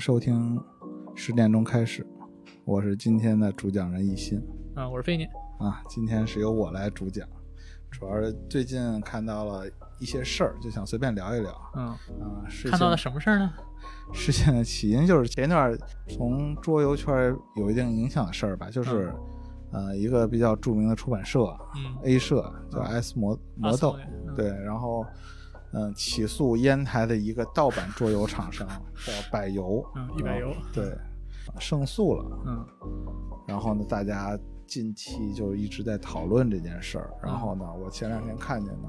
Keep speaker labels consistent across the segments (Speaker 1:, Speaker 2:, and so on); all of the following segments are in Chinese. Speaker 1: 收听十点钟开始，我是今天的主讲人一心
Speaker 2: 啊，我是飞年
Speaker 1: 啊，今天是由我来主讲，主要是最近看到了一些事儿，就想随便聊一聊
Speaker 2: 嗯，
Speaker 1: 啊。事
Speaker 2: 看到了
Speaker 1: 情
Speaker 2: 什么事儿呢？
Speaker 1: 事情的起因就是前一段从桌游圈有一定影响的事儿吧，就是、呃一个比较著名的出版社
Speaker 2: 嗯，
Speaker 1: A 社叫
Speaker 2: 嗯
Speaker 1: S 魔
Speaker 2: 啊
Speaker 1: 哎魔
Speaker 2: 搜
Speaker 1: 豆，
Speaker 2: 的嗯
Speaker 1: 对，然后嗯起诉烟台的一个盗版桌游厂商叫百游，
Speaker 2: 嗯一百游
Speaker 1: 对，胜诉了。
Speaker 2: 嗯
Speaker 1: 然后呢，大家近期就一直在讨论这件事儿。然后呢，我前两天看见呢，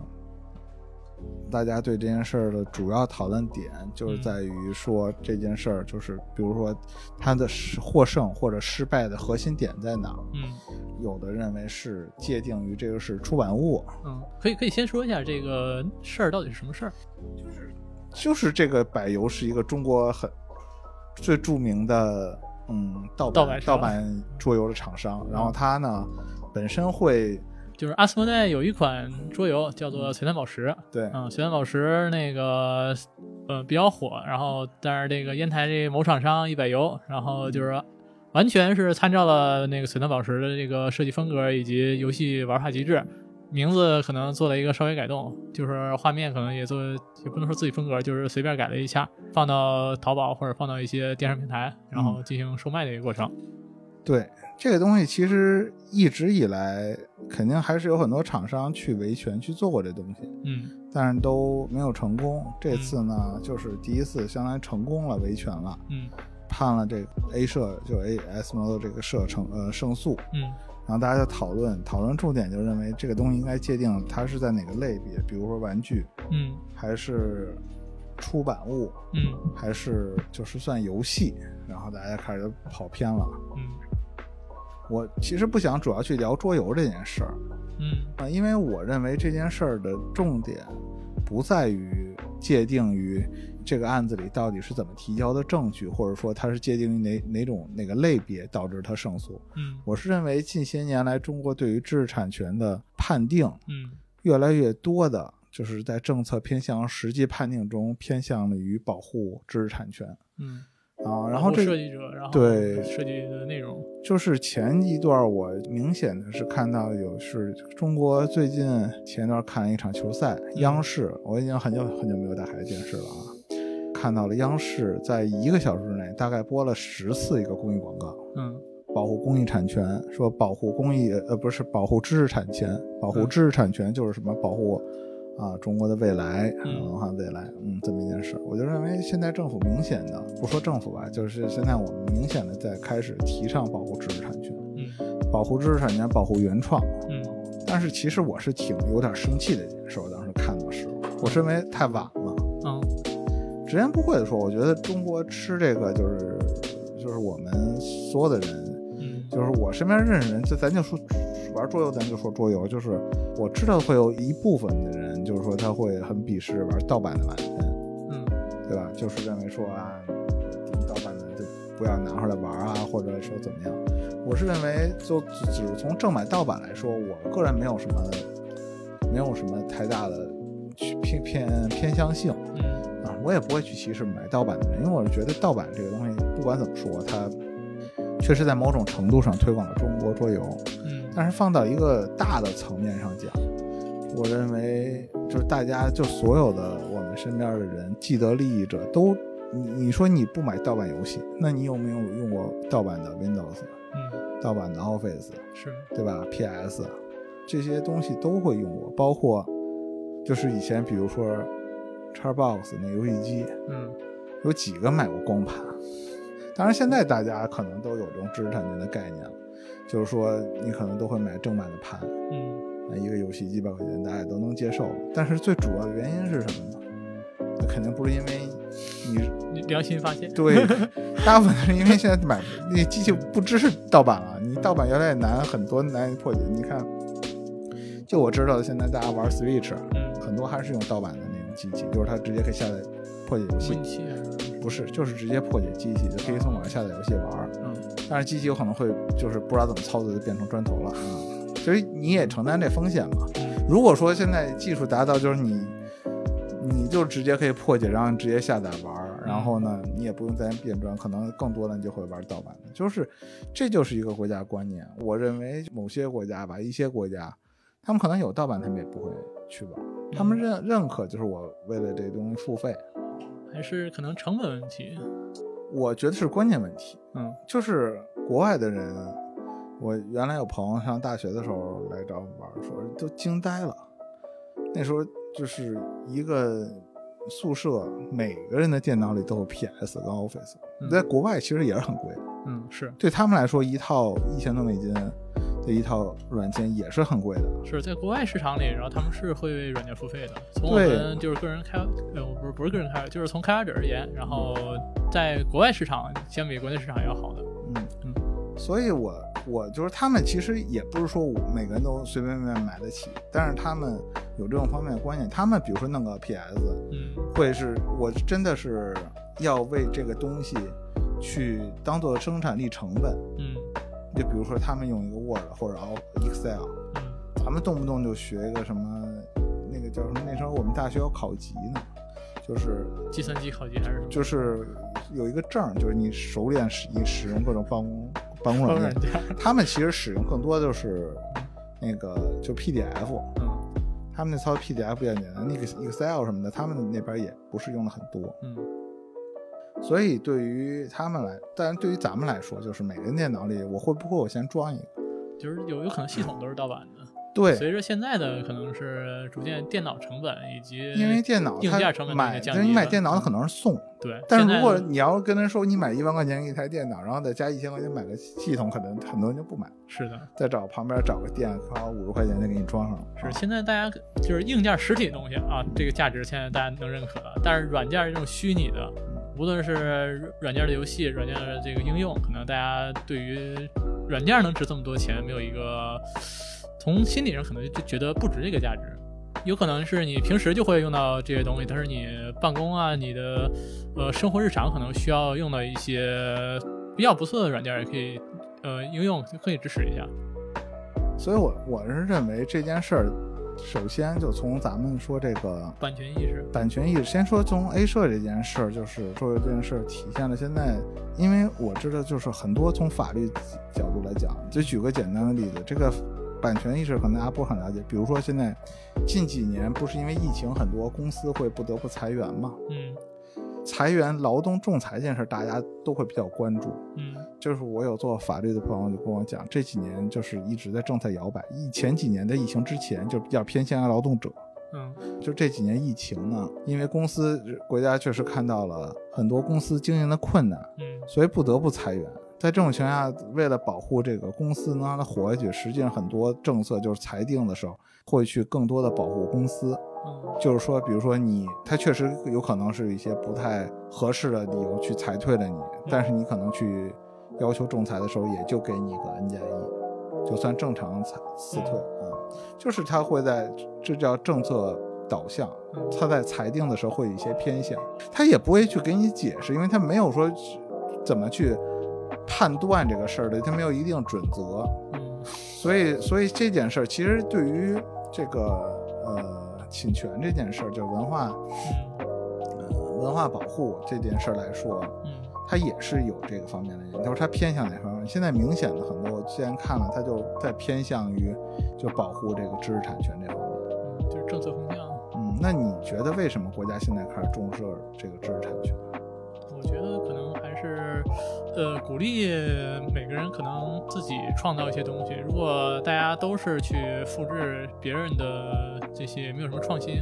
Speaker 1: 大家对这件事儿的主要讨论点就是
Speaker 2: 嗯
Speaker 1: 在于说这件事儿就是，比如说它的失获胜或者失败的核心点在哪儿？
Speaker 2: 嗯
Speaker 1: 有的认为是界定于这个是出版物，
Speaker 2: 嗯，可以可以先说一下这个事儿到底是什么事儿？
Speaker 1: 就是这个柏油是一个中国很最著名的嗯盗
Speaker 2: 盗
Speaker 1: 版
Speaker 2: 版商
Speaker 1: 盗版桌游的厂商，然后它呢本身会
Speaker 2: 就是阿斯莫奈有一款桌游叫做《璀璨宝石》，
Speaker 1: 对
Speaker 2: 嗯，《璀璨宝石》那个呃比较火，然后但是这个烟台这某厂商一百游，然后就是完全是参照了那个《璀璨宝石》的这个设计风格以及游戏玩法机制，名字可能做了一个稍微改动，就是画面可能也做也不能说自己风格，就是随便改了一下，放到淘宝或者放到一些电商平台，然后进行售卖的一个过程。
Speaker 1: 对这个东西其实一直以来肯定还是有很多厂商去维权去做过这东西，
Speaker 2: 嗯
Speaker 1: 但是都没有成功。这次呢就是第一次相当于成功了维权了，
Speaker 2: 嗯
Speaker 1: 判了这个 A 社就 A S 摩的这个社成呃胜诉，
Speaker 2: 嗯
Speaker 1: 然后大家就讨论，讨论重点就认为这个东西应该界定它是在哪个类别，比如说玩具，
Speaker 2: 嗯
Speaker 1: 还是出版物，
Speaker 2: 嗯
Speaker 1: 还是就是算游戏。然后大家开始跑偏了。
Speaker 2: 嗯
Speaker 1: 我其实不想主要去聊桌游这件事儿
Speaker 2: 嗯
Speaker 1: 啊、呃因为我认为这件事儿的重点不在于界定于这个案子里到底是怎么提交的证据，或者说它是界定于哪哪种哪个类别导致它胜诉。
Speaker 2: 嗯
Speaker 1: 我是认为近些年来中国对于知识产权的判定，
Speaker 2: 嗯
Speaker 1: 越来越多的就是在政策偏向实际判定中偏向于保护知识产权
Speaker 2: 嗯。
Speaker 1: 啊。然后
Speaker 2: 设
Speaker 1: 这
Speaker 2: 计者，然后
Speaker 1: 对
Speaker 2: 设计的内容，
Speaker 1: 就是前一段我明显的是看到有是中国最近前一段看一场球赛，
Speaker 2: 嗯
Speaker 1: 央视我已经很久很久没有打开电视了啊。看到了央视在一个小时内大概播了十次一个公益广告，
Speaker 2: 嗯
Speaker 1: 保护公益产权，说保护公益呃不是保护知识产权，保护知识产权就是什么保护啊中国的未来，
Speaker 2: 嗯
Speaker 1: 文化未来，嗯，这么一件事儿，我就认为现在政府明显的不说政府吧，就是现在我们明显的在开始提倡保护知识产权，
Speaker 2: 嗯
Speaker 1: 保护知识产权，保护原创。
Speaker 2: 嗯
Speaker 1: 但是其实我是挺有点生气的一件事，我当时看的时候，我是认为太晚了。
Speaker 2: 嗯
Speaker 1: 直言不讳的说，我觉得中国吃这个就是就是我们所有的人
Speaker 2: 嗯
Speaker 1: 就是我身边认识人，就咱就说玩桌游，咱就说桌游，就是我知道会有一部分的人，就是说他会很鄙视玩盗版的玩家，
Speaker 2: 嗯
Speaker 1: 对吧？就是认为说啊，你盗版的就不要拿回来玩啊，或者说怎么样。我是认为就，只只是从正版盗版来说，我个人没有什么没有什么太大的去偏偏偏向性。
Speaker 2: 嗯
Speaker 1: 啊，我也不会去歧视买盗版的人，因为我是觉得盗版这个东西，不管怎么说，它确实在某种程度上推广了中国桌游。
Speaker 2: 嗯
Speaker 1: 但是放到一个大的层面上讲，我认为就是大家就所有的我们身边的人，既得利益者都，你你说你不买盗版游戏，那你有没有用过盗版的 Windows、啊
Speaker 2: 嗯
Speaker 1: 盗版的 Office，啊
Speaker 2: 是
Speaker 1: 对吧？PS 这些东西都会用过，包括就是以前比如说 Xbox 那游戏机，
Speaker 2: 嗯
Speaker 1: 有几个买过光盘？当然，现在大家可能都有这种知识产权的概念了，就是说你可能都会买正版的盘，
Speaker 2: 嗯
Speaker 1: 那一个游戏几百块钱，大家也都能接受。但是最主要的原因是什么呢？那肯定不是因为你
Speaker 2: 你良心发现，
Speaker 1: 对，大部分是因为现在买那机器不支持盗版了，你盗版原来也难，很多难以破解。你看，就我知道的，现在大家玩 Switch，
Speaker 2: 嗯
Speaker 1: 很多还是用盗版的那种机器，就是它直接可以下载破解游戏。
Speaker 2: 运气啊，
Speaker 1: 不是，就是直接破解机器，就可以从网上下载游戏玩儿。
Speaker 2: 嗯
Speaker 1: 但是机器有可能会就是不知道怎么操作就变成砖头了，嗯所以你也承担这风险嘛。
Speaker 2: 嗯
Speaker 1: 如果说现在技术达到就是你，你就直接可以破解，然后你直接下载玩儿，然后呢，你也不用再变装，可能更多的你就会玩盗版的。就是，这就是一个国家观念。我认为某些国家吧，一些国家，他们可能有盗版，他们也不会去玩，他们认认可就是我为了这东西付费，
Speaker 2: 还是可能成本问题。
Speaker 1: 我觉得是关键问题。
Speaker 2: 嗯
Speaker 1: 就是国外的人，我原来有朋友上大学的时候来找我们玩儿，说都惊呆了。那时候就是一个宿舍，每个人的电脑里都有 PS 跟 Office，
Speaker 2: 嗯
Speaker 1: 在国外其实也是很贵的，
Speaker 2: 嗯，是
Speaker 1: 对他们来说，一套一千多美金的一套软件也是很贵的。
Speaker 2: 是在国外市场里，然后他们是会为软件付费的。从我
Speaker 1: 对
Speaker 2: 们就是个人开，呃，不是不是个人开，就是从开发者而言，然后在国外市场相比国内市场要好的。
Speaker 1: 嗯，嗯，所以我我就是他们其实也不是说我每个人都随随便便买得起，但是他们有这种方面的观念，他们比如说弄个 PS，
Speaker 2: 嗯
Speaker 1: 会是我真的是要为这个东西去当做生产力成本。
Speaker 2: 嗯
Speaker 1: 就比如说他们用一个 Word 或者 Excel，
Speaker 2: 嗯
Speaker 1: 咱们动不动就学一个什么那个叫什么？那时候我们大学有考级呢，就是，
Speaker 2: 计算机考级还是什么？
Speaker 1: 就是有一个证儿，就是你熟练使你使用各种办公办公
Speaker 2: 高
Speaker 1: 软
Speaker 2: 软
Speaker 1: 件。
Speaker 2: 件。
Speaker 1: 他们其实使用更多就是那个就 PDF，
Speaker 2: 嗯
Speaker 1: 他们那操 PDF 比较简单，那个 Excel 什么的，他们那边也不是用的很多。
Speaker 2: 嗯
Speaker 1: 所以对于他们来，但是对于咱们来说，就是每个人电脑里，我会不会我先装一个？，
Speaker 2: 就是有有可能系统都是盗版的。
Speaker 1: 对，
Speaker 2: 随着现在的可能是逐渐电脑成本以及
Speaker 1: 因为电脑
Speaker 2: 硬
Speaker 1: 它
Speaker 2: 件成本都已
Speaker 1: 买，
Speaker 2: 经降
Speaker 1: 就
Speaker 2: 低
Speaker 1: 是你买
Speaker 2: 了
Speaker 1: 电脑它
Speaker 2: 嗯
Speaker 1: 可能是送，
Speaker 2: 对，
Speaker 1: 但
Speaker 2: 现
Speaker 1: 是
Speaker 2: 在
Speaker 1: 如果你要跟人说你买一万块钱一台电脑，然后再加一千块钱买个系统，可能很多人就不买，
Speaker 2: 是的，
Speaker 1: 再找旁边找个店花五十块钱就给你装上了。啊
Speaker 2: 是现在大家就是硬件实体的东西啊，这个价值现在大家能认可了，但是软件这种虚拟的，
Speaker 1: 嗯
Speaker 2: 无论是软件的游戏、软件的这个应用，可能大家对于软件能值这么多钱，没有一个从心理上可能就觉得不值这个价值。有可能是你平时就会用到这些东西，但是你办公啊、你的呃生活日常可能需要用到一些比较不错的软件，也可以呃应用就可以支持一下。
Speaker 1: 所以我我是认为这件事儿，首先就从咱们说这个
Speaker 2: 版权意识，
Speaker 1: 版权意识，先说从 A 社这件事儿，就是做这件事儿体现了现在，因为我知道就是很多从法律角度来讲，就举个简单的例子，这个版权意识可能大家不是很了解，比如说现在近几年不是因为疫情，很多公司会不得不裁员嘛，
Speaker 2: 嗯
Speaker 1: 裁员、劳动仲裁这件事儿大家都会比较关注。
Speaker 2: 嗯。
Speaker 1: 就是我有做法律的朋友就跟我讲，这几年就是一直在政策摇摆，以前几年在疫情之前就比较偏向于劳动者。
Speaker 2: 嗯
Speaker 1: 就这几年疫情呢，因为公司国家确实看到了很多公司经营的困难，
Speaker 2: 嗯
Speaker 1: 所以不得不裁员。在这种情况下，为了保护这个公司能让它活下去，实际上很多政策就是裁定的时候会去更多的保护公司，
Speaker 2: 嗯
Speaker 1: 就是说，比如说你，它确实有可能是一些不太合适的理由去裁退了你，但是你可能去要求仲裁的时候，也就给你个 N 加一，就算正常裁辞退啊、就是它会在这叫政策导向，
Speaker 2: 嗯
Speaker 1: 它在裁定的时候会有一些偏向，它也不会去给你解释，因为它没有说怎么去判断这个事儿的，它没有一定准则。
Speaker 2: 嗯
Speaker 1: 所以，所以这件事儿其实对于这个呃侵权这件事儿，就文化呃文化保护这件事儿来说，
Speaker 2: 嗯
Speaker 1: 它也是有这个方面的研究，它偏向哪方面？现在明显的很多，我之前看了，它就在偏向于就保护这个知识产权这方面。
Speaker 2: 嗯，就是政策风向，
Speaker 1: 嗯，那你觉得为什么国家现在开始重视这个知识产权？
Speaker 2: 我觉得可能还是呃鼓励每个人可能自己创造一些东西。如果大家都是去复制别人的这些，没有什么创新，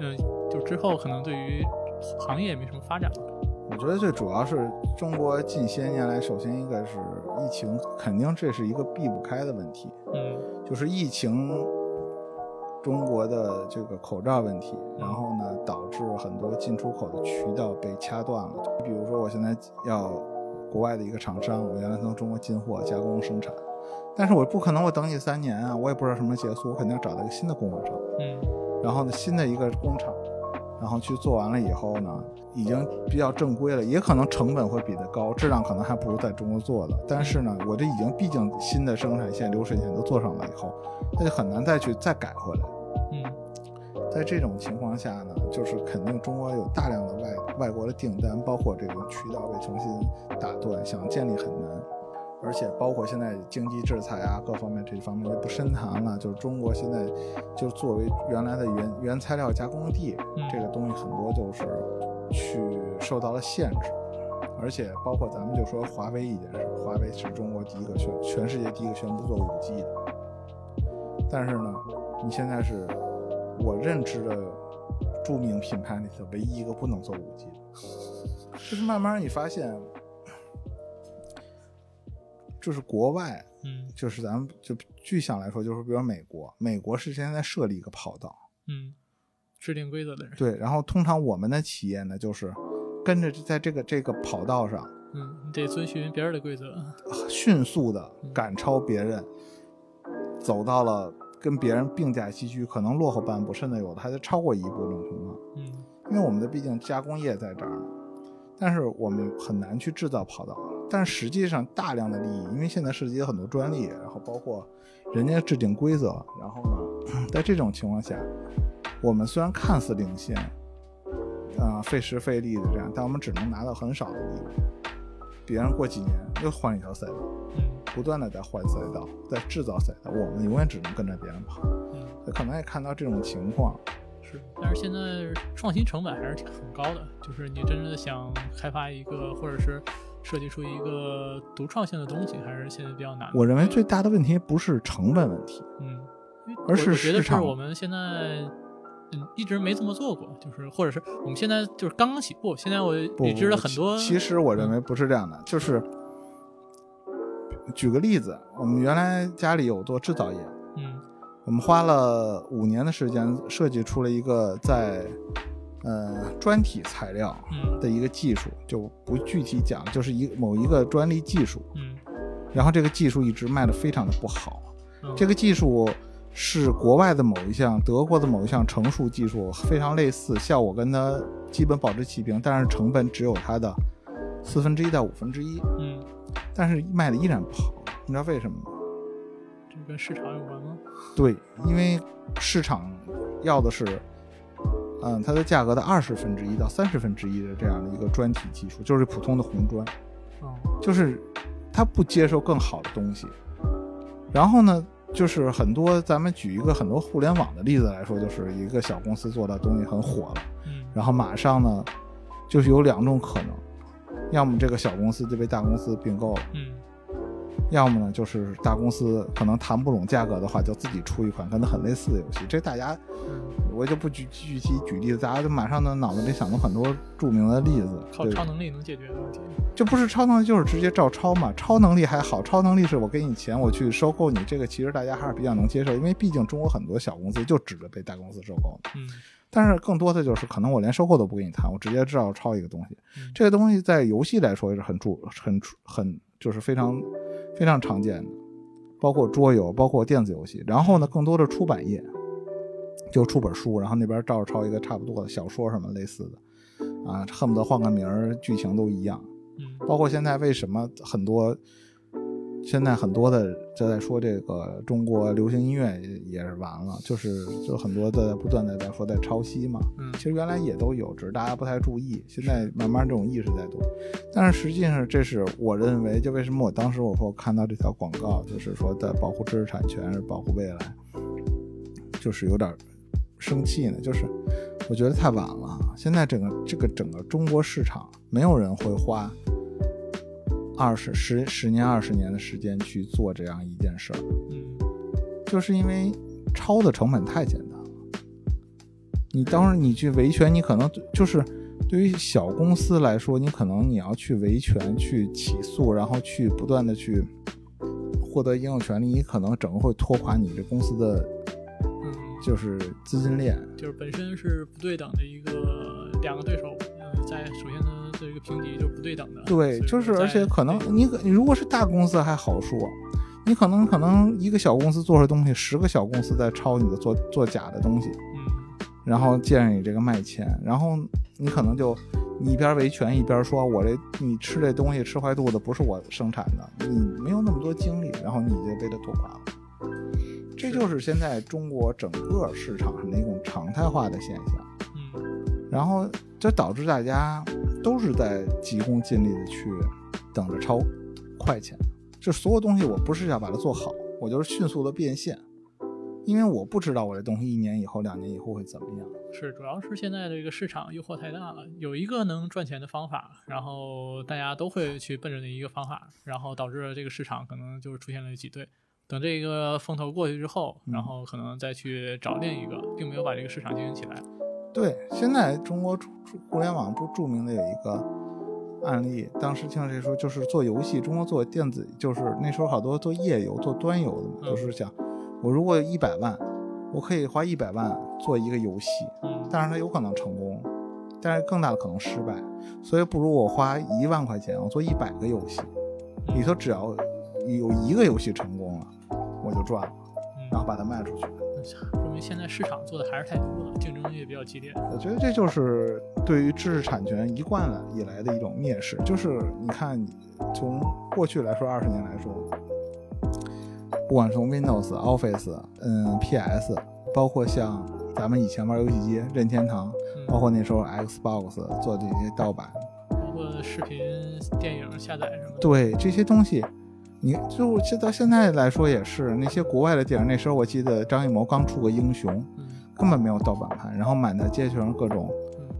Speaker 2: 嗯、就之后可能对于行业也没什么发展了。
Speaker 1: 我觉得最主要是中国近些年来，首先一个是疫情，肯定这是一个避不开的问题。
Speaker 2: 嗯
Speaker 1: 就是疫情，中国的这个口罩问题，然后呢，导致很多进出口的渠道被掐断了。比如说，我现在要国外的一个厂商，我原来从中国进货加工生产，但是我不可能我等你三年啊，我也不知道什么时候结束，我肯定要找到一个新的供货商，
Speaker 2: 嗯
Speaker 1: 然后呢，新的一个工厂，然后去做完了以后呢，已经比较正规了，也可能成本会比它高，质量可能还不如在中国做的。但是呢，我这已经毕竟新的生产线、流水线都做上了以后，那就很难再去再改回来。
Speaker 2: 嗯
Speaker 1: 在这种情况下呢，就是肯定中国有大量的外外国的订单，包括这种渠道被重新打断，想建立很难。而且包括现在经济制裁啊，各方面这方面就不深谈了。就是中国现在，就作为原来的原原材料加工地，
Speaker 2: 嗯
Speaker 1: 这个东西很多就是去受到了限制。而且包括咱们就说华为一件事，华为是中国第一个宣，全世界第一个宣布做五 G 的。但是呢，你现在是我认知的著名品牌里头唯一一个不能做五 G 的，就是慢慢你发现，就是国外
Speaker 2: 嗯
Speaker 1: 就是咱们就具象来说，就是比如美国，美国是现在设立一个跑道，
Speaker 2: 嗯，制定规则的人，
Speaker 1: 对，然后通常我们的企业呢，就是跟着在这个这个跑道上
Speaker 2: 嗯，你得遵循别人的规则，
Speaker 1: 迅速的赶超别人，走到了跟别人并驾齐驱，可能落后半步，甚至有的还得超过一步这种情况。
Speaker 2: 嗯
Speaker 1: 因为我们的毕竟加工业在这儿，但是我们很难去制造跑道。但实际上，大量的利益，因为现在涉及了很多专利，然后包括人家制定规则，然后呢， 在这种情况下，我们虽然看似领先，啊、费时费力的这样，但我们只能拿到很少的利益。别人过几年又换一条赛道，
Speaker 2: 嗯
Speaker 1: 不断的在换赛道，在制造赛道，我们永远只能跟着别人跑。
Speaker 2: 嗯，
Speaker 1: 可能也看到这种情况，
Speaker 2: 是。但是现在创新成本还是挺很高的，就是你真的想开发一个，或者是设计出一个独创性的东西，还是现在比较难。
Speaker 1: 我认为最大的问题不是成本问题，
Speaker 2: 嗯，因为
Speaker 1: 而
Speaker 2: 我
Speaker 1: 是
Speaker 2: 我觉得
Speaker 1: 市
Speaker 2: 是
Speaker 1: 场
Speaker 2: 我们现在嗯一直没这么做过，就是或者是我们现在就是刚刚起步，现在我
Speaker 1: 不
Speaker 2: 已知了
Speaker 1: 不
Speaker 2: 很
Speaker 1: 其
Speaker 2: 多，
Speaker 1: 其实我认为不是这样的，就是举个例子，我们原来家里有做制造业，
Speaker 2: 嗯
Speaker 1: 我们花了五年的时间设计出了一个在呃专体材料
Speaker 2: 嗯
Speaker 1: 的一个技术，就不具体讲，就是一某一个专利技术，
Speaker 2: 嗯
Speaker 1: 然后这个技术一直卖的非常的不好，
Speaker 2: 嗯，
Speaker 1: 这个技术。是国外的某一项，德国的某一项成熟技术，非常类似，效果跟它基本保持齐平，但是成本只有它的四分之一到五分之一。
Speaker 2: 嗯，
Speaker 1: 但是卖的依然不好，你知道为什么吗？
Speaker 2: 这跟市场有关吗？
Speaker 1: 对，因为市场要的是，嗯，它的价格的二十分之一到三十分之一的这样的一个专题技术，就是普通的红砖，
Speaker 2: 哦，
Speaker 1: 就是它不接受更好的东西。然后呢，就是很多咱们举一个很多互联网的例子来说，就是一个小公司做的东西很火了，
Speaker 2: 嗯
Speaker 1: 然后马上呢，就是有两种可能，要么这个小公司就被大公司并购了。
Speaker 2: 嗯
Speaker 1: 要么呢就是大公司可能谈不拢价格的话，就自己出一款跟它很类似的游戏。这大家
Speaker 2: 嗯，
Speaker 1: 我就不举具体举例子，大家就马上呢脑子里想到很多著名的例子，
Speaker 2: 靠
Speaker 1: 对
Speaker 2: 超，能力能解决的问题。
Speaker 1: 就不是超能力就是直接照抄嘛。超能力还好，超能力是我给你钱，我去收购你，这个其实大家还是比较能接受，因为毕竟中国很多小公司就指着被大公司收购的。
Speaker 2: 嗯
Speaker 1: 但是更多的就是可能我连收购都不跟你谈，我直接照抄一个东西。
Speaker 2: 嗯
Speaker 1: 这个东西在游戏来说是很著、很很就是非常非常常见的，包括桌游，包括电子游戏。然后呢，更多的出版业就出本书，然后那边照着抄一个差不多的小说什么类似的，啊，恨不得换个名儿，剧情都一样。
Speaker 2: 嗯
Speaker 1: 包括现在为什么很多现在很多的就在说这个中国流行音乐也是完了，就是就很多的不断的在说在抄袭嘛。
Speaker 2: 嗯
Speaker 1: 其实原来也都有，只是大家不太注意。现在慢慢这种意识在多，但是实际上这是我认为，就为什么我当时我说看到这条广告，就是说在保护知识产权、保护未来，就是有点生气呢。就是我觉得太晚了，现在整个这个整个中国市场，没有人会花二十十十年、二十年的时间去做这样一件事儿。
Speaker 2: 嗯
Speaker 1: 就是因为抄的成本太简单了。你当时你去维权，你可能就是对于小公司来说，你可能你要去维权、去起诉，然后去不断的去获得应有权利，你可能整个会拖垮你这公司的
Speaker 2: 嗯，
Speaker 1: 就是资金链。
Speaker 2: 就是本身是不对等的一个两个对手，嗯，在首先它的这个评级就是不对等的。
Speaker 1: 对，
Speaker 2: 所
Speaker 1: 就
Speaker 2: 以说
Speaker 1: 是而
Speaker 2: 在
Speaker 1: 且可能
Speaker 2: 对
Speaker 1: 你可你如果是大公司还好说，你可能可能一个小公司做出东西，十个小公司在抄你的做做假的东西，
Speaker 2: 嗯
Speaker 1: 然后借着你这个卖钱，然后你可能就你一边维权一边说，我这你吃这东西吃坏肚子不是我生产的，你没有那么多精力，然后你就被他拖垮了。这就是现在中国整个市场上的一种常态化的现象。
Speaker 2: 嗯
Speaker 1: 然后这导致大家都是在急功近利的去等着超快钱。就所有东西，我不是要把它做好，我就是迅速的变现，因为我不知道我这东西一年以后、两年以后会怎么样。
Speaker 2: 是，主要是现在这个市场诱惑太大了，有一个能赚钱的方法，然后大家都会去奔着那一个方法，然后导致这个市场可能就是出现了挤兑。等这个风头过去之后，
Speaker 1: 嗯
Speaker 2: 然后可能再去找另一个，并没有把这个市场经营起来。
Speaker 1: 对，现在中国出出互联网不著名的有一个案例，当时听谁说就是做游戏，中国做电子，就是那时候好多做页游、做端游的嘛，
Speaker 2: 嗯
Speaker 1: 都是想我如果有一百万，我可以花一百万做一个游戏，
Speaker 2: 嗯
Speaker 1: 但是它有可能成功，但是更大的可能失败，所以不如我花一万块钱，我做一百个游戏，里头只要有一个游戏成功了，我就赚了，然后
Speaker 2: 嗯，
Speaker 1: 把它卖出去。
Speaker 2: 说明现在市场做的还是太多了，竞争也比较激烈。
Speaker 1: 我觉得这就是对于知识产权一贯以来的一种蔑视，就是你看，从过去来说，二十年来说，不管从 Windows、Office、嗯 PS，包括像咱们以前玩游戏机任天堂，
Speaker 2: 嗯，
Speaker 1: 包括那时候 Xbox 做这些盗版，
Speaker 2: 包括视频、电影下载什么的。
Speaker 1: 对这些东西，你就就到现在来说也是那些国外的电影，那时候我记得张艺谋刚出个《英雄》，
Speaker 2: 嗯
Speaker 1: 根本没有盗版盘，然后满大街全是各种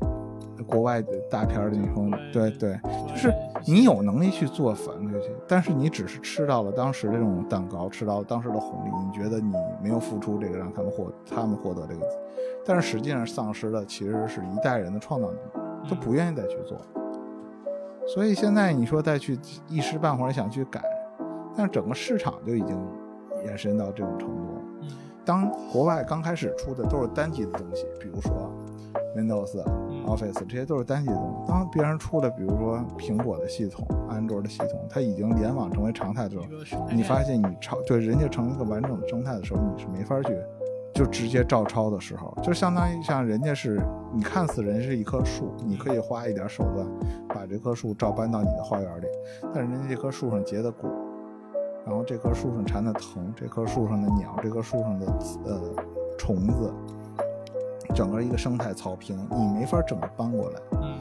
Speaker 2: 嗯，
Speaker 1: 国外的大片儿的那种，对对，
Speaker 2: 就是
Speaker 1: 你有能力去做反馈去，但是你只是吃到了当时这种蛋糕，吃到当时的红利，你觉得你没有付出这个让他们获他们获得这个，但是实际上丧失的其实是一代人的创造能力，
Speaker 2: 嗯
Speaker 1: 都不愿意再去做。所以现在你说再去一时半会儿想去改，但是整个市场就已经延伸到这种程度了。
Speaker 2: 嗯
Speaker 1: 当国外刚开始出的都是单机的东西，比如说 Windows、
Speaker 2: 嗯
Speaker 1: Office，这些都是单机的东西。当别人出了，比如说苹果的系统、安卓的系统，它已经联网成为常态之后
Speaker 2: 一，个生态链
Speaker 1: 你发现你超对人家成一个完整的生态的时候，你是没法去就直接照抄的时候，就相当于像人家是你看似人是一棵树，你可以花一点手段把这棵树照搬到你的花园里，但是人家这棵树上结的果，然后这棵树上缠的藤，这棵树上的鸟，这棵树上的呃虫子，整个一个生态草坪，你没法整个搬过来。
Speaker 2: 嗯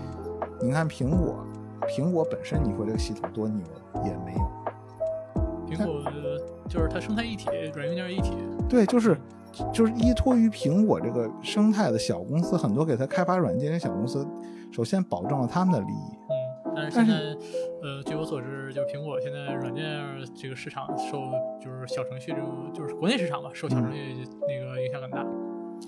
Speaker 1: 你看苹果，苹果本身你说这个系统多牛也没有。
Speaker 2: 苹果就是它生态一体，软硬件一体。
Speaker 1: 对，就是就是依托于苹果这个生态的小公司，很多给它开发软件的小公司，首先保证了他们的利益。
Speaker 2: 嗯，但是现
Speaker 1: 但是
Speaker 2: 在，呃，据我所知，就是苹果现在软件这个市场受就是小程序这种就是国内市场吧，受小
Speaker 1: 嗯
Speaker 2: 程序那个影响很大。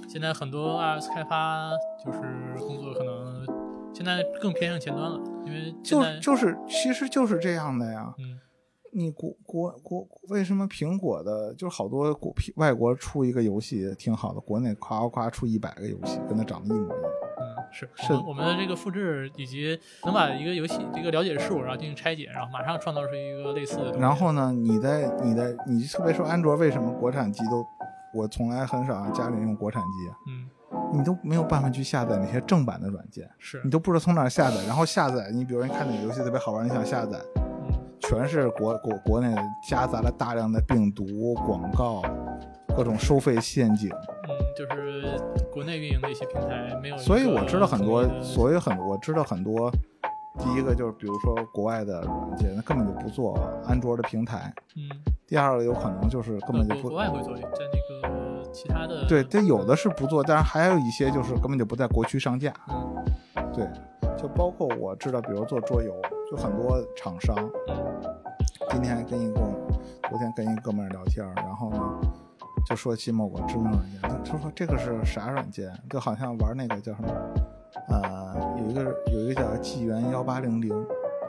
Speaker 2: 现在很多 iOS 开发就是工作可能现在更偏向前端了，因为现
Speaker 1: 就
Speaker 2: 在
Speaker 1: 就是，其实就是这样的呀。
Speaker 2: 嗯
Speaker 1: 你国国国为什么苹果的就是好多国苹外国出一个游戏挺好的，国内夸夸夸出一百个游戏，跟它长得一模一样。
Speaker 2: 嗯是
Speaker 1: 是
Speaker 2: 我们我们的这个复制以及能把一个游戏这个了解的事物然后进行拆解，然后马上创造出一个类似的东西。
Speaker 1: 然后呢，你在你在你特别说安卓为什么国产机都，我从来很少让家里人用国产机啊，
Speaker 2: 嗯
Speaker 1: 你都没有办法去下载那些正版的软件。
Speaker 2: 是
Speaker 1: 你都不知道从哪儿下载，然后下载，你比如说你看哪个游戏特别好玩，你想下载，
Speaker 2: 嗯
Speaker 1: 全是国国国内夹杂了大量的病毒广告，各种收费陷阱，
Speaker 2: 嗯，就是国内运营的一些平台没有一个统一的。
Speaker 1: 所以我知道很多，所以很我知道很多，第一个就是比如说国外的软件，那根本就不做安卓的平台；
Speaker 2: 嗯，
Speaker 1: 第二个有可能就是根本就
Speaker 2: 呃
Speaker 1: 不
Speaker 2: 国国外会做，在那个其他的
Speaker 1: 对，这有的是不做，但是还有一些就是根本就不在国区上架。
Speaker 2: 嗯
Speaker 1: 对，就包括我知道，比如做桌游，就很多厂商，
Speaker 2: 嗯
Speaker 1: 今天还跟一个，昨天跟一哥们儿聊天儿，然后呢，就说起某个知名软件，他他说这个是啥软件？就好像玩那个叫什么，呃，有一个有一个叫纪元幺八零零，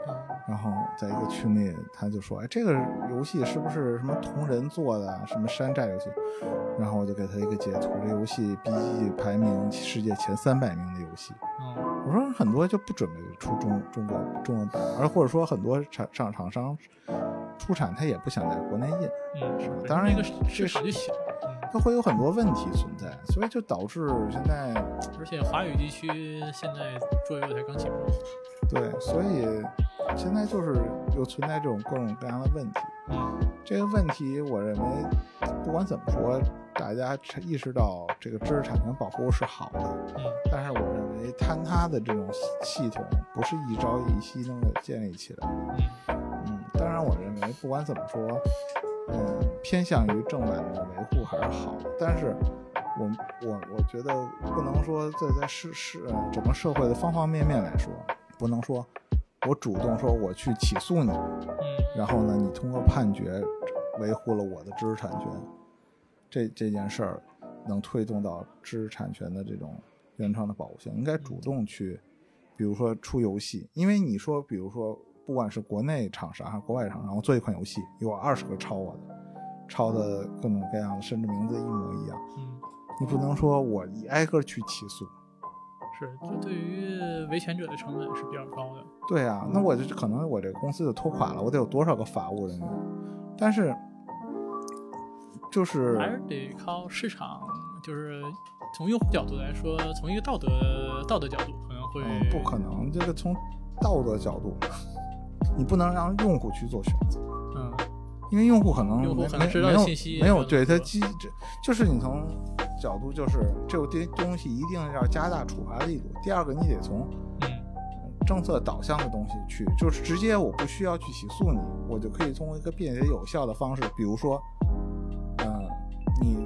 Speaker 2: 嗯
Speaker 1: 然后在一个群里，他就说：“哎，这个游戏是不是什么同人做的啊，什么山寨游戏？”然后我就给他一个截图，这游戏 BG 排名世界前三百名的游戏。
Speaker 2: 嗯
Speaker 1: 我说很多就不准备出中中国中文版，而或者说很多厂厂厂商出产，他也不想在国内印，
Speaker 2: 嗯，是
Speaker 1: 当然
Speaker 2: 那个市
Speaker 1: 这是
Speaker 2: 市场就小，嗯
Speaker 1: 它会有很多问题存在，所以就导致现在
Speaker 2: 嗯，而且华语地区现在桌游才刚起步，
Speaker 1: 对，所以现在就是有存在这种各种各样的问题。
Speaker 2: 嗯
Speaker 1: 这个问题，我认为不管怎么说，大家意识到这个知识产权保护是好的，
Speaker 2: 嗯
Speaker 1: 但是我认为坍塌的这种系统不是一朝一夕能够建立起来的。
Speaker 2: 嗯
Speaker 1: 嗯，当然，我认为不管怎么说，嗯，偏向于正版的维护还是好的，但是我我我觉得不能说在在是是呃整个社会的方方面面来说，不能说我主动说我去起诉你，
Speaker 2: 嗯
Speaker 1: 然后呢，你通过判决维护了我的知识产权，这这件事儿能推动到知识产权的这种原创的保护性，应该主动去，比如说出游戏，因为你说，比如说不管是国内厂商还是国外厂商，我做一款游戏，有二十个抄我的，抄的各种各样的，甚至名字一模一样，
Speaker 2: 嗯，
Speaker 1: 你不能说我一挨个去起诉。
Speaker 2: 是，这对于维权者的成本是比较高的。
Speaker 1: 对啊，那我就
Speaker 2: 嗯
Speaker 1: 可能我这公司就拖垮了，我得有多少个法务人员？但是，就是
Speaker 2: 还是得靠市场，就是从用户角度来说，从一个道德道德角度可能会、
Speaker 1: 嗯，不可能，这个从道德角度，你不能让用户去做选择，
Speaker 2: 嗯
Speaker 1: 因为用户可能
Speaker 2: 用户
Speaker 1: 没
Speaker 2: 可
Speaker 1: 没
Speaker 2: 能知道
Speaker 1: 没有
Speaker 2: 信息
Speaker 1: 没有
Speaker 2: 更
Speaker 1: 对他
Speaker 2: 多
Speaker 1: 机这就是你从角度就是这个东西一定要加大处罚力度。第二个，你得从
Speaker 2: 嗯
Speaker 1: 政策导向的东西去，就是直接我不需要去起诉你，我就可以通过一个便捷有效的方式，比如说，呃，你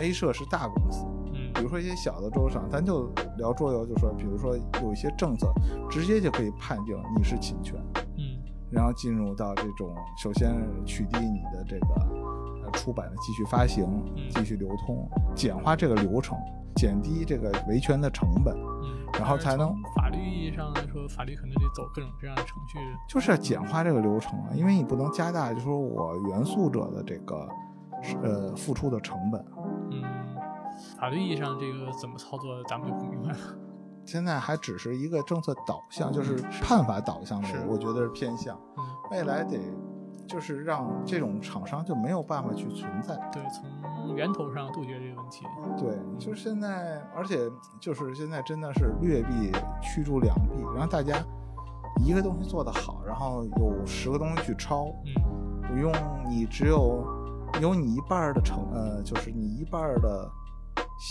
Speaker 1: A 社是大公司，
Speaker 2: 嗯
Speaker 1: 比如说一些小的桌游厂，咱就聊桌游，就说比如说有一些政策，直接就可以判定你是侵权，
Speaker 2: 嗯
Speaker 1: 然后进入到这种首先取缔你的这个呃出版的继续发行
Speaker 2: 嗯、
Speaker 1: 继续流通，简化这个流程，减低这个维权的成本，
Speaker 2: 嗯，
Speaker 1: 然后
Speaker 2: 但是
Speaker 1: 才能
Speaker 2: 从法律意义上来说，法律可能得走各种各样的程序。
Speaker 1: 就是要简化这个流程啊，因为你不能加大，就说我原诉者的这个呃付出的成本。
Speaker 2: 嗯，法律意义上这个怎么操作，咱们就不明白了。
Speaker 1: 现在还只是一个政策导向，嗯就是判罚导向的
Speaker 2: 是，
Speaker 1: 我觉得是偏向。
Speaker 2: 嗯，
Speaker 1: 未来得就是让这种厂商就没有办法去存在。
Speaker 2: 对，从源头上杜绝这个问题。
Speaker 1: 对，就是现在，而且就是现在真的是劣币驱逐良币，然后大家一个东西做得好，然后有十个东西去抄，
Speaker 2: 嗯
Speaker 1: 不用你只有有你一半儿的成呃，就是你一半儿的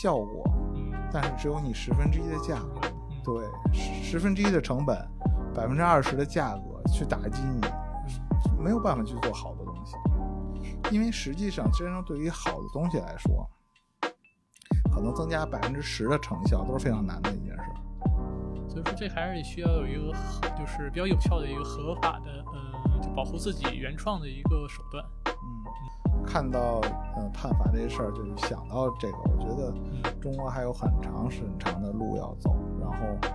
Speaker 1: 效果，
Speaker 2: 嗯
Speaker 1: 但是只有你十分之一的价格，
Speaker 2: 嗯，
Speaker 1: 对，十十分之一的成本，百分之二十的价格去打击你，
Speaker 2: 嗯
Speaker 1: 没有办法去做好的东西，因为实际上，真正对于好的东西来说，可能增加百分之十的成效都是非常难的一件事儿。
Speaker 2: 嗯所以说这还是需要有一个合就是比较有效的一个合法的，呃，就保护自己原创的一个手段。
Speaker 1: 嗯，看到呃判罚这事儿，就想到这个，我觉得
Speaker 2: 嗯
Speaker 1: 中国还有很长很长的路要走，然后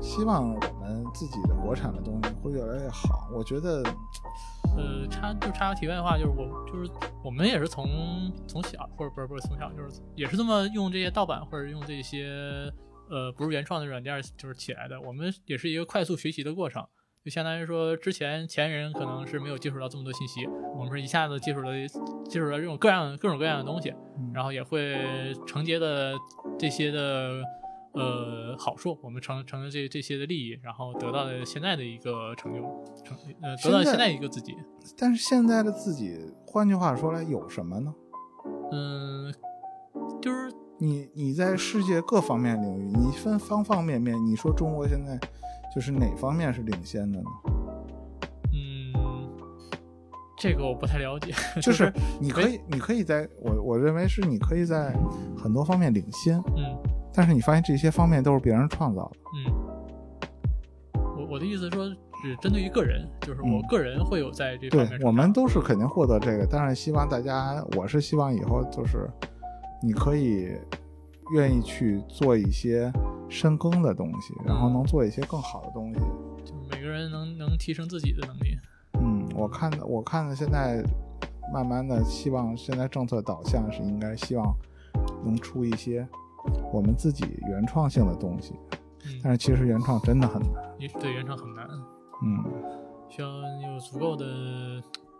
Speaker 1: 希望我们自己的国产的东西会越来越好。我觉得，
Speaker 2: 呃，插就插个题外话，就是我就是我们也是从从小，或者不是不是从小，就是也是这么用这些盗版或者用这些呃不是原创的软件儿就是起来的。我们也是一个快速学习的过程，就相当于说之前前人可能是没有接触到这么多信息，我们是一下子接触了接触了这种各样各种各样的东西，
Speaker 1: 嗯
Speaker 2: 然后也会承接的这些的。呃，好处我们承承了这这些的利益，然后得到了现在的一个成就，成呃得到了
Speaker 1: 现在
Speaker 2: 现在一个自己。
Speaker 1: 但是现在的自己，换句话说来，有什么呢？
Speaker 2: 嗯，就是
Speaker 1: 你你在世界各方面领域，你分方方面面，你说中国现在就是哪方面是领先的呢？
Speaker 2: 嗯，这个我不太了解，
Speaker 1: 就是你可以，你可以在我我认为是你可以在很多方面领先，
Speaker 2: 嗯
Speaker 1: 但是你发现这些方面都是别人创造的。
Speaker 2: 嗯，我我的意思是说，只针对于个人，就是
Speaker 1: 嗯
Speaker 2: 我个人会有在这方
Speaker 1: 对
Speaker 2: 面，
Speaker 1: 我
Speaker 2: 成长，
Speaker 1: 们都是肯定获得这个，但是希望大家，我是希望以后就是你可以愿意去做一些深耕的东西，然后
Speaker 2: 嗯
Speaker 1: 能做一些更好的东西。
Speaker 2: 就是每个人能能提升自己的能力。
Speaker 1: 嗯，我看的，我看的现在慢慢的，希望现在政策导向是应该希望能出一些我们自己原创性的东西，但
Speaker 2: 嗯，
Speaker 1: 是其实原创真的很难。
Speaker 2: 也对原创很难，
Speaker 1: 嗯，
Speaker 2: 需要你有足够的，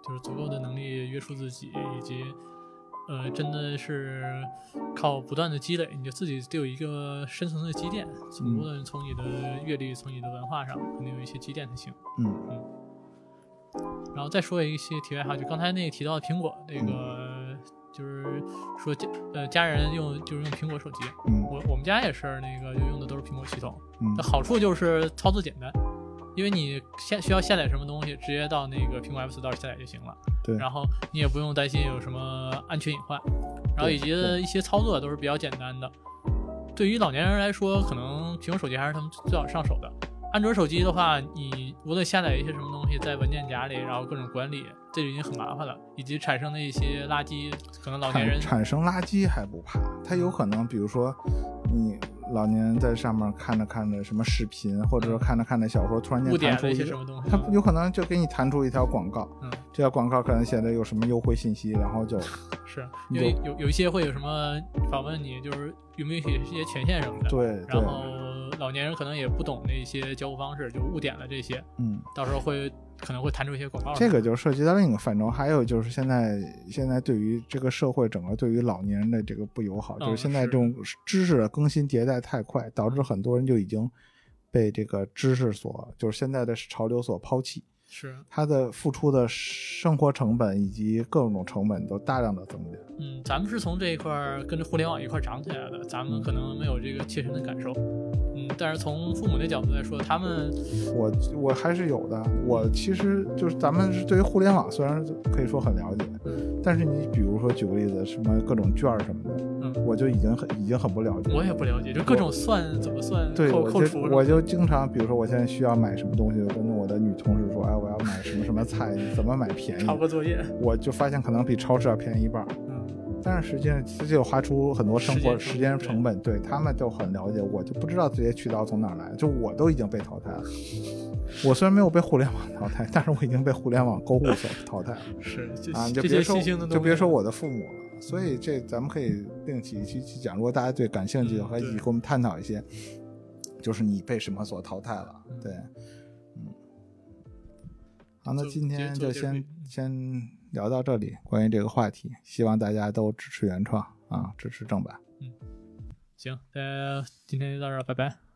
Speaker 2: 就是足够的能力约束自己，以及呃，真的是靠不断的积累，你就自己得有一个深层的积淀，从呃
Speaker 1: 嗯
Speaker 2: 无论从你的阅历，从你的文化上，肯定有一些积淀才行。
Speaker 1: 嗯，
Speaker 2: 然后再说一些题外话，就刚才那个提到的苹果那个，就是说家呃家人用就是用苹果手机，
Speaker 1: 嗯
Speaker 2: 我我们家也是那个就用的都是苹果系统，
Speaker 1: 嗯
Speaker 2: 那好处就是操作简单，因为你下需要下载什么东西，直接到那个苹果 App Store 下载就行了。
Speaker 1: 对
Speaker 2: 然后你也不用担心有什么安全隐患，然后以及
Speaker 1: 对
Speaker 2: 一些操作都是比较简单的。对于老年人来说，可能苹果手机还是他们最早上手的。安卓手机的话，你无论下载一些什么东西，在文件夹里，然后各种管理，这就已经很麻烦了，以及产生的一些垃圾，可能老年
Speaker 1: 产
Speaker 2: 人
Speaker 1: 产生垃圾还不怕，它有可能，比如说你老年人在上面看着看着什么视频，或者说看着看着小说，突然
Speaker 2: 误
Speaker 1: 间弹
Speaker 2: 嗯点
Speaker 1: 出
Speaker 2: 了一
Speaker 1: 一
Speaker 2: 些
Speaker 1: 个
Speaker 2: 什么东西
Speaker 1: 它。有可能就给你弹出一条广告，
Speaker 2: 嗯，，
Speaker 1: 这条广告可能写的有什么优惠信息，然后就是 你
Speaker 2: 因为有有一些会有什么访问你，就是允不允许一些权限什么的。
Speaker 1: 对
Speaker 2: 然
Speaker 1: 对，
Speaker 2: 后老年人可能也不懂的一些交互方式，就误点了这些，
Speaker 1: 嗯，
Speaker 2: 到时候会可能会弹出一些广告。
Speaker 1: 这个就涉及到另一个范畴。还有就是现在现在对于这个社会整个对于老年人的这个不友好，
Speaker 2: 嗯
Speaker 1: 就是现在
Speaker 2: 是
Speaker 1: 这种知识的更新迭代太快，导致很多人就已经被这个知识所，就是现在的潮流所抛弃。
Speaker 2: 是，
Speaker 1: 他的付出的生活成本以及各种成本都大量的增加。
Speaker 2: 嗯，咱们是从这一块儿跟着互联网一块儿长起来的，咱们可能没有这个切身的感受。嗯，但是从父母的角度来说，他们
Speaker 1: 我我还是有的，我其实就是咱们是对于互联网虽然可以说很了解，但是你比如说举个例子，什么各种券儿什么的，
Speaker 2: 嗯
Speaker 1: 我就已经很已经很不了解。
Speaker 2: 我也不了解，就各种算怎么算
Speaker 1: 对，
Speaker 2: 扣
Speaker 1: 我
Speaker 2: 扣
Speaker 1: 就
Speaker 2: 除什么
Speaker 1: 我就经常，比如说我现在需要买什么东西，我跟我的女同事说，哎，我要买什么什么菜，你怎么买便宜
Speaker 2: 抄？个作业，
Speaker 1: 我就发现可能比超市要便宜一半儿，
Speaker 2: 嗯，
Speaker 1: 但是实际上这就花出很多生活时
Speaker 2: 时间
Speaker 1: 间
Speaker 2: 成
Speaker 1: 成本，对他们就很了解，我就不知道这些渠道从哪儿来，就我都已经被淘汰了。我虽然没有被互联网淘汰， 但是我已经被互联网购物所淘汰了
Speaker 2: 是这、
Speaker 1: 啊！你就
Speaker 2: 这
Speaker 1: 别
Speaker 2: 些
Speaker 1: 说
Speaker 2: 新兴的东西，啊
Speaker 1: 就别说我的父母了，所以这咱们可以另起一期去讲。如果大家对感兴趣的话，
Speaker 2: 嗯
Speaker 1: 一
Speaker 2: 对
Speaker 1: 起跟我们探讨一些，就是你被什么所淘汰了？对，嗯，好，那
Speaker 2: 做
Speaker 1: 今天
Speaker 2: 做
Speaker 1: 就
Speaker 2: 结尾
Speaker 1: 先先聊到这里，关于这个话题，希望大家都支持原创啊，支持正版。
Speaker 2: 行，呃，今天就到这儿，拜拜。